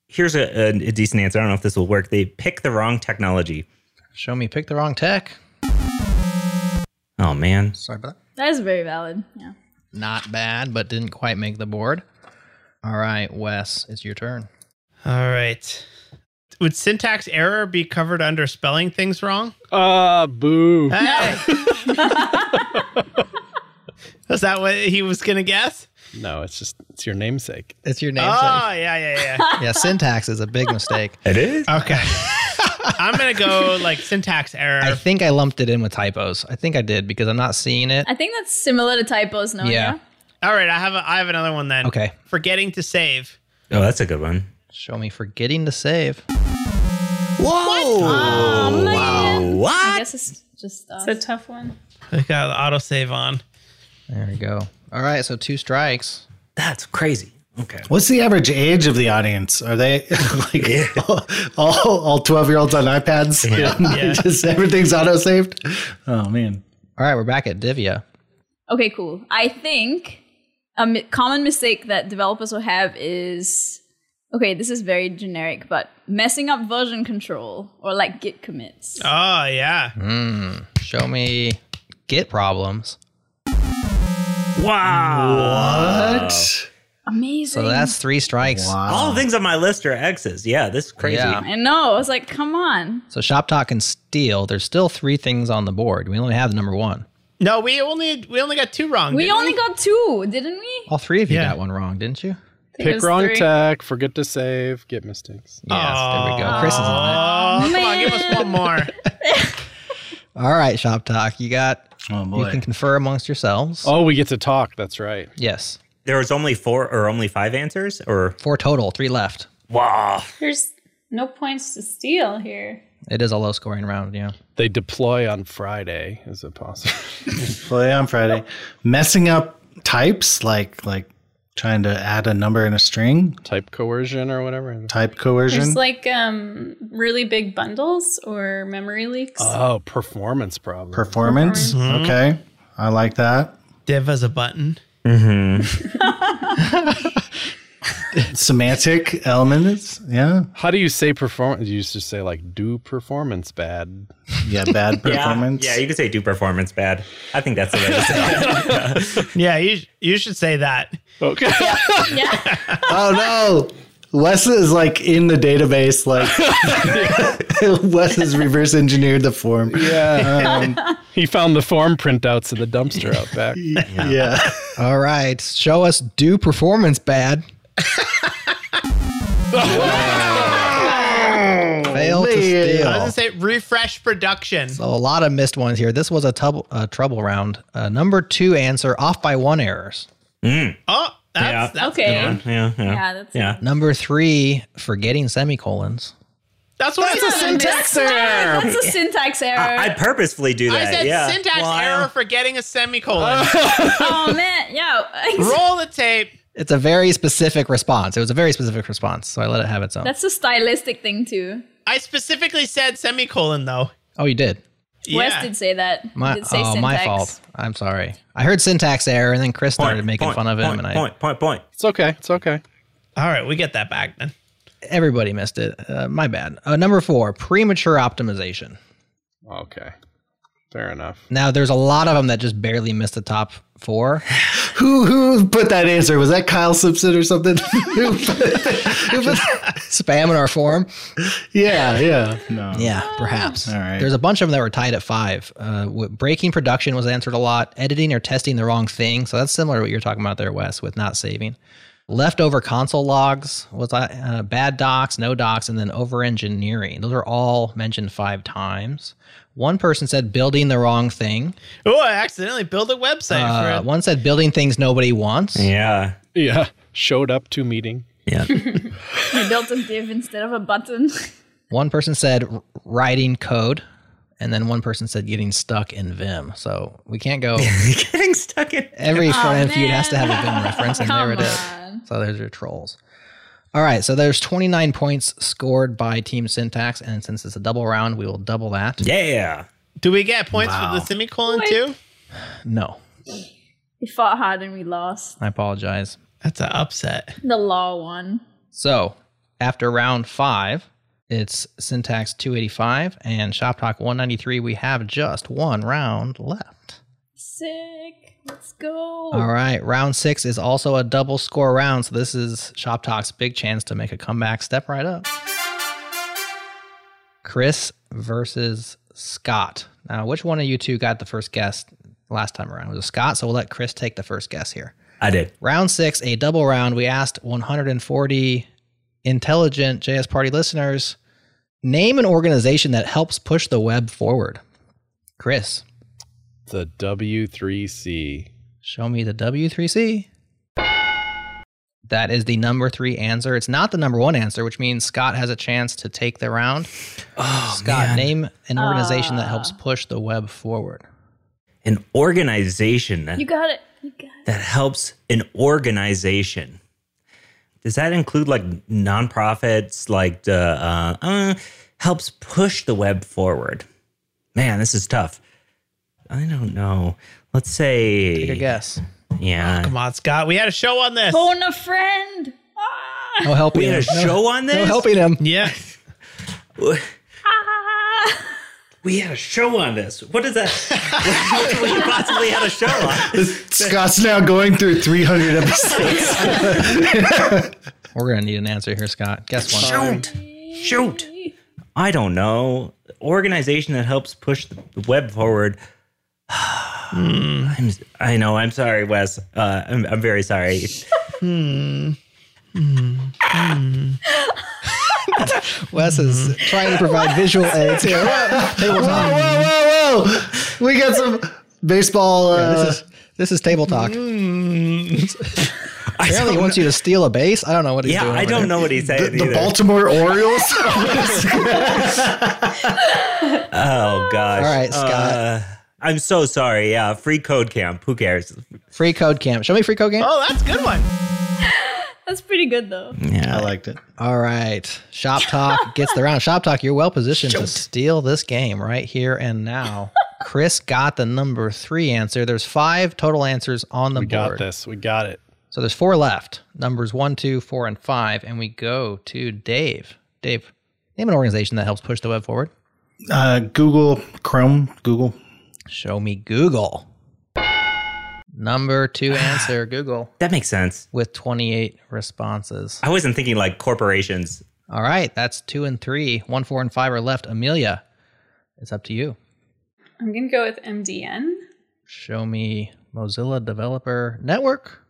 here's a, a, a decent answer. I don't know if this will work. They pick the wrong technology. Show me pick the wrong tech. Oh man. Sorry about that. That is very valid. Yeah. Not bad, but didn't quite make the board. All right, Wes, it's your turn. All right. Would syntax error be covered under spelling things wrong? Ah, boo. Hey. Was that what he was gonna guess? No, it's just it's your namesake. It's your Oh name. yeah, yeah, yeah. yeah, syntax is a big mistake. It is? Okay. I'm gonna go like syntax error. I think I lumped it in with typos. I think I did because I'm not seeing it. I think that's similar to typos, no? Yeah. All right, I have a, I have another one then. Okay. Forgetting to save. Oh, that's a good one. Show me forgetting to save. Whoa! Oh, man. I What? guess it's just It's stuff. a tough one. I got the autosave on. There we go. All right, so two strikes. That's crazy. Okay. What's the average age of the audience? Are they like all, all all twelve year olds on iPads? Yeah. Just everything's auto saved. Oh man, All right, we're back at Divya. Okay, cool. I think a mi- common mistake that developers will have is okay, this is very generic, but messing up version control or like git commits. Oh yeah. Hmm, Show me Git problems. Wow. what? Amazing. So that's three strikes. Uh, All the things on my list are X's. Yeah, this is crazy. Yeah. I know. I was like, come on. So Shop Talk and Steal. There's still three things on the board. We only have the number one. No, we only we only got two wrong. We didn't only got two, didn't we? All three of you Yeah. got one wrong, didn't you? It Pick was wrong three. tech, forget to save, get mistakes. Yes, there we go. Chris is on Oh, come on, give us one more. it. All right, Shop Talk. You got. Oh boy. You can confer amongst yourselves. Oh, we get to talk. That's right. Yes, There was only four or only five answers, or four total. Three left. wow. There's no points to steal here. It is a low scoring round. Yeah. They deploy on Friday. Is it possible? play on Friday. Messing up types like like trying to add a number in a string, Type coercion or whatever. type coercion. There's like um really big bundles or memory leaks. Oh, performance problem. performance. Mm-hmm. Okay. I like that. Div as a button. Semantic elements. Yeah. How do you say performance? You used to say like do performance bad. Yeah, bad performance. Yeah, yeah, you could say do performance bad. I think that's the way to say it. Yeah, you sh- you should say that. Okay. oh no. Wes is like in the database, like Wes has reverse engineered the form. yeah. um, he found the form printouts in the dumpster out back. Yeah. All right. Show us do performance bad. Fail to I was gonna steal. say refresh production. Oh. So a lot of missed ones here. This was a tub- uh, trouble round. Uh, number two answer off by one errors. Oh, that's, Yeah. that's okay. Yeah, Ah, yeah, yeah. Yeah, that's yeah. Number three forgetting semicolons. that's what I said. syntax error. That's a syntax error. I purposefully do that. I said yeah. syntax Well, I- error for getting a semicolon. oh man, yeah. Roll the tape. It's a very specific response. It was a very specific response, so I let it have its own. That's a stylistic thing too. I specifically said semicolon though. oh, you did. Wes did say that. My, he did say oh, syntax. my fault. I'm sorry. I heard syntax error, and then Chris started Point, making point, fun of him, point, and I point, point, point. It's okay. It's okay. All right, we get that back then. everybody missed it. Uh, my bad. Uh, number four, premature optimization. Okay. Fair enough. Now, there's a lot of them that just barely missed the top four. Who who put that answer? Was that Kyle Simpson or something? Who put- who put- Spam in our form. yeah, yeah. No. Yeah, perhaps. All right. There's a bunch of them that were tied at five. Uh, w- breaking production was answered a lot. Editing or testing the wrong thing. So that's similar to what you're talking about there, Wes, with not saving. Leftover console logs was uh, uh, bad docs, no docs, and then over engineering. Those are all mentioned five times. One person said building the wrong thing. Oh, I accidentally built a website Uh, for it. one said building things nobody wants. Yeah. Yeah. Showed up to meeting. Yeah. He built a div instead of a button. One person said r- writing code, and then one person said getting stuck in Vim. So we can't go. Getting stuck in. Every front end feud man. has to have a Vim reference, and there it is. So there's your trolls. All right, so there's 29 points scored by Team Syntax, and since it's a double round, we will double that. Yeah. Do we get points for the semicolon too? No, We fought hard and we lost. I apologize. That's an upset. The law won. So after round five, it's Syntax 285 and Shop Talk 193. We have just one round left. Sick. Let's go. All right, round six is also a double score round, so this is Shop Talk's big chance to make a comeback. Step right up. Chris versus Scott. Now, which one of you two got the first guess last time around? It was Scott, so we'll let Chris take the first guess here. I did. Round six, a double round. We asked 140 intelligent JS Party listeners name an organization that helps push the web forward. Chris, The W3C. show me the W3C. That is the number three answer. It's not the number one answer, which means Scott has a chance to take the round. Oh, Scott, man. name an organization that helps push the web forward. An organization You got it. You got it. that helps an organization. Does that include like nonprofits, like the uh, uh, helps push the web forward? Man, this is tough. I don't know. Let's say, Take a guess. yeah, Come on, Scott. We had a show on this. Phone a friend. Ah! No helping we had him. a show on No, no this. helping him. Yeah. Ah! We had a show on this. What is that? what we possibly had a show on? Scott's now going through 300 episodes. We're gonna need an answer here, Scott. Guess one. Shoot, shoot. I don't know. Organization that helps push the web forward. I'm, I know. I'm sorry, Wes. Uh, I'm, I'm very sorry. Wes is trying to provide visual aids here. Table whoa, talk. whoa, whoa! We got some baseball. Uh, This is this is table talk. Mm. Apparently, he wants you to steal a base. I don't know what he's Yeah, doing. I over don't there. know what he's saying. the either. Baltimore Orioles. Oh gosh. All right, Scott. Uh, I'm so sorry. Yeah, free code camp. Who cares? Free code camp. Show me free code camp. Oh, that's a good one. That's pretty good though. Yeah. I liked it. All right. Shop Talk gets the round. Shop Talk, you're well positioned to steal this game right here and now. Chris got the number three answer. There's five total answers on the We got board. this. We got it. So there's four left. Numbers one, two, four, and five. And we go to Dave. Dave, name an organization that helps push the web forward. Uh, Google Chrome. Google. Show me Google. Number two answer, Google, That makes sense. with 28 responses. I wasn't thinking like corporations. All right, that's two and three. One, four, and five are left. Amelia, it's up to you. I'm going to go with MDN. Show me Mozilla Developer Network.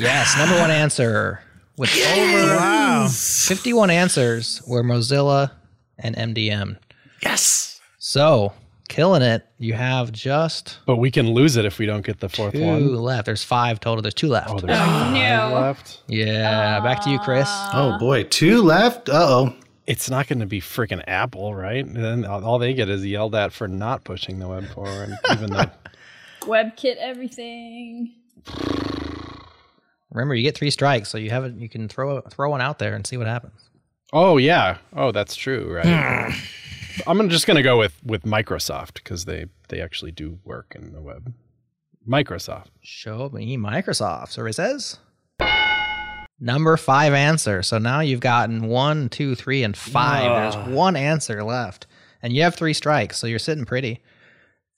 Yes, number one answer with over Wow. 51 answers were Mozilla and MDM. Yes. So, killing it. You have just But we can lose it if we don't get the fourth two one. left. There's five total. There's two left. Oh, there's Oh, five no. left. yeah, back to you, Chris. Oh boy, two left. Uh oh. It's not going to be freaking Apple, right? And then all all they get is yelled at for not pushing the web forward, even though WebKit everything. Remember, you get three strikes, so you haven't. You can throw throw one out there and see what happens. Oh yeah. Oh, that's true. Right. I'm gonna- just going to go with with Microsoft because they they actually do work in the web. Microsoft. Show me Microsoft services. Number five answer. So now you've gotten one, two, three, and five. There's one answer left, and you have three strikes, so you're sitting pretty.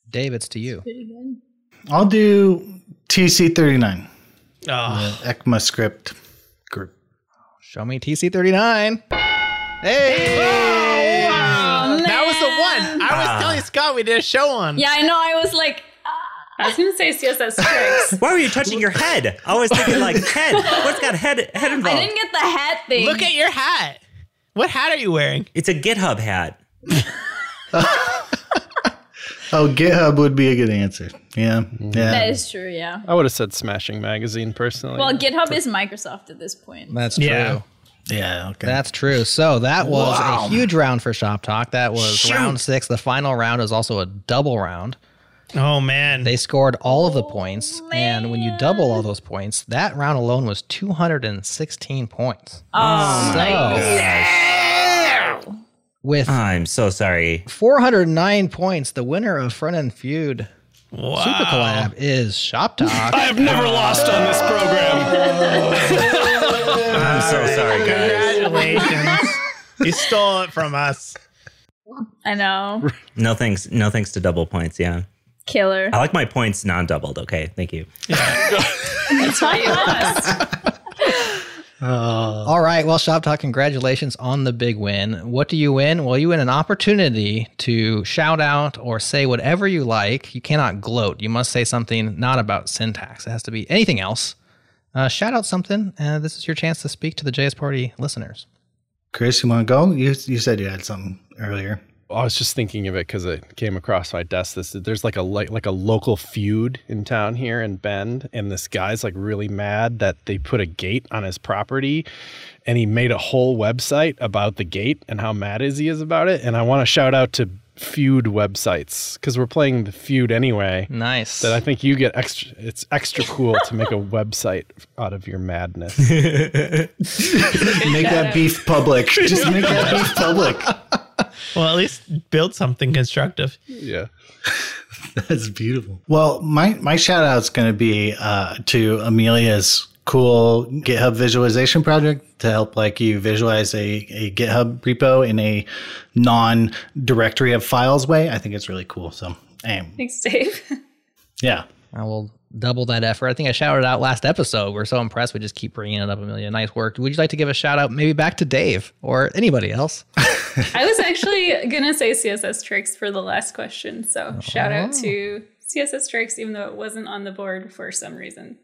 Dave, it's to you. I'll do TC39. Oh, ECMAScript group. Show me TC39. Oh, Hey! Oh, that was the one. I was telling Scott we did a show on. Yeah, I know. I was like, I was going to say CSS tricks. Why were you touching your head? I was thinking like head. What's got head head I involved? didn't get the hat thing. Look at your hat. What hat are you wearing? It's a GitHub hat. Oh, GitHub would be a good answer. Yeah. that Yeah. is true. Yeah. I would have said Smashing Magazine personally. Well, GitHub is Microsoft at this point. That's true. Yeah. Yeah. Okay. That's true. So that was a huge round for Shop Talk. That was round six. The final round is also a double round. Oh man. They scored all of the points, and when you double all those points, that round alone was 216 points. Oh, So, with I'm so sorry. 409 points, the winner of Front End Feud wow. Super Collab is Shop Talk. I have never lost on this program. I'm so sorry, guys. Congratulations. you stole it from us. Oh. I know. No thanks. No thanks to double points. Yeah, Killer. I like my points non-doubled. Okay, thank you. That's why you lost. All right. Well, Shop Talk, congratulations on the big win. What do you win? Well, you win an opportunity to shout out or say whatever you like. You cannot gloat. You must say something not about syntax. It has to be anything else. Uh, shout out something. Uh, this is your chance to speak to the JS Party listeners. Chris, you want to go? You, you said you had something earlier. I was just thinking of it because it came across my desk. This there's like a like, like a local feud in town here in Bend, and this guy's like really mad that they put a gate on his property, and he made a whole website about the gate and how mad is he is about it. And I want to shout out to feud websites because we're playing the feud anyway. Nice. That I think you get extra. It's extra cool to make a website out of your madness. Make that beef public. Just make that beef public. Well, at least build something constructive. Yeah. That's beautiful. Well, my my shout out's going to be uh, to Amelia's cool GitHub visualization project to help like you visualize a, a GitHub repo in a non directory of files way. I think it's really cool. So, um, Thanks, Dave. yeah. I will double that effort. I think I shouted out last episode. We're so impressed. We just keep bringing it up, Amelia. Nice work. Would you like to give a shout out maybe back to Dave or anybody else? I was actually gonna say CSS tricks for the last question, so shout out to CSS tricks, even though it wasn't on the board for some reason.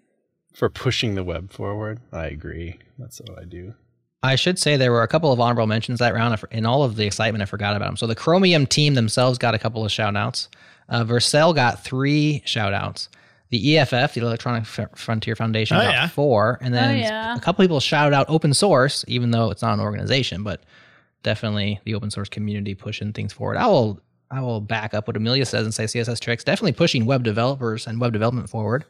For pushing the web forward, I agree. That's what I do. I should say there were a couple of honorable mentions that round. In all of the excitement, I forgot about them. So the Chromium team themselves got a couple of shout outs. Uh, Vercel got three shout outs. The EFF, the Electronic Fr- Frontier Foundation, Oh, got yeah. four. And then Oh, yeah. a couple people shout out open source, even though it's not an organization, but definitely the open source community pushing things forward. I will I will back up what Amelia says and say CSS tricks definitely pushing web developers and web development forward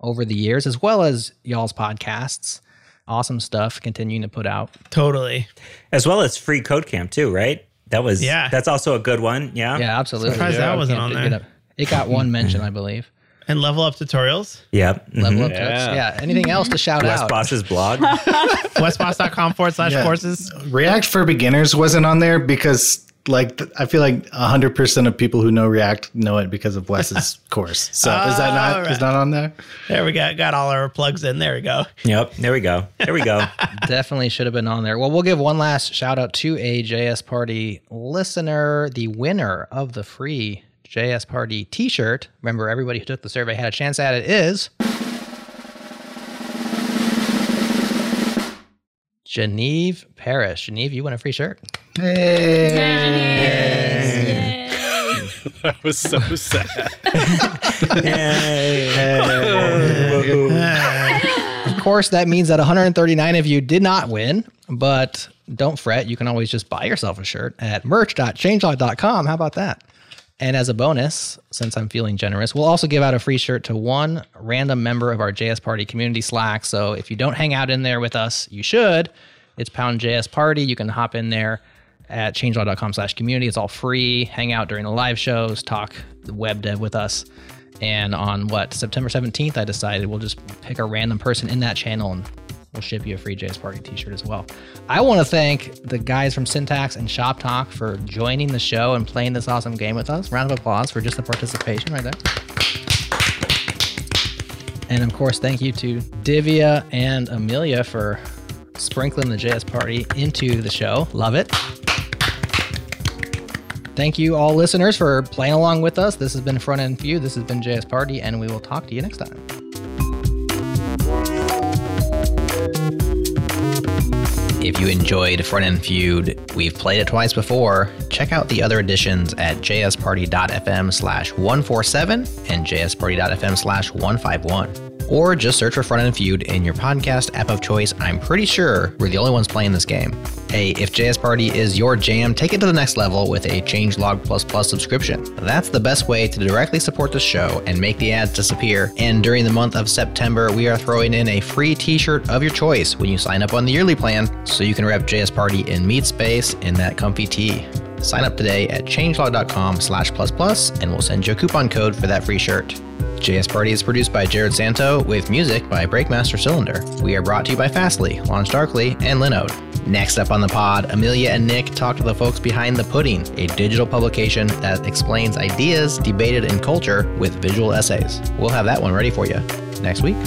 over the years, as well as y'all's podcasts. Awesome stuff continuing to put out. Totally. as well as free code camp too, right? That was Yeah. That's also a good one. Yeah. Yeah, absolutely. Surprised that wasn't Can't on pick it there. up. It got one mention, I believe. And level up tutorials. Yep. mhm. Level up tips. Yeah. Yeah. Anything else to shout West out? Boss's blog. Westboss.com forward slash Yeah. courses. React for beginners wasn't on there because like th- I feel like 100% of people who know React know it because of Wes's course. So, is that not is not on there? There we go. Got all our plugs in. There we go. yep. There we go. There we go. Definitely should have been on there. Well, we'll give one last shout out to a JS Party listener, the winner of the free JS Party t shirt. Remember, everybody who took the survey had a chance at it is. Genevieve Parrish. Genevieve, you win a free shirt. That was so sad. Of course, that means that 139 of you did not win, but don't fret. You can always just buy yourself a shirt at merch.changelog.com. How about that? And as a bonus, since I'm feeling generous, we'll also give out a free shirt to one random member of our JS Party community Slack. So if you don't hang out in there with us, you should. It's pound JS Party. You can hop in there at changelog.com slash community. It's all free. Hang out during the live shows, talk web dev with us. And on what, September 17th, I decided we'll just pick a random person in that channel and we'll ship you a free JS Party t shirt as well. I want to thank the guys from Syntax and Shop Talk for joining the show and playing this awesome game with us. Round of applause for just the participation right there. And of course, thank you to Divya and Amelia for sprinkling the JS Party into the show. Love it. Thank you, all listeners, for playing along with us. This has been Front End View. This has been JS Party, and we will talk to you next time. If you enjoyed Front End Feud, we've played it twice before. Check out the other editions at jsparty.fm slash 147 and jsparty.fm slash 151. Or just search for Front End Feud in your podcast app of choice. I'm pretty sure we're the only ones playing this game. Hey, if JS Party is your jam, take it to the next level with a Changelog Plus Plus subscription. That's the best way to directly support the show and make the ads disappear. And during the month of September, we are throwing in a free t shirt of your choice when you sign up on the yearly plan so you can rep JS Party in Meet Space in that comfy tee. Sign up today at changelog.com slash plus plus and we'll send you a coupon code for that free shirt. JS Party is produced by Jared Santo with music by Breakmaster Cylinder. We are brought to you by Fastly, Launch Darkly, and Linode. Next up on the pod, Amelia and Nick talk to the folks behind The Pudding, a digital publication that explains ideas debated in culture with visual essays. We'll have that one ready for you next week.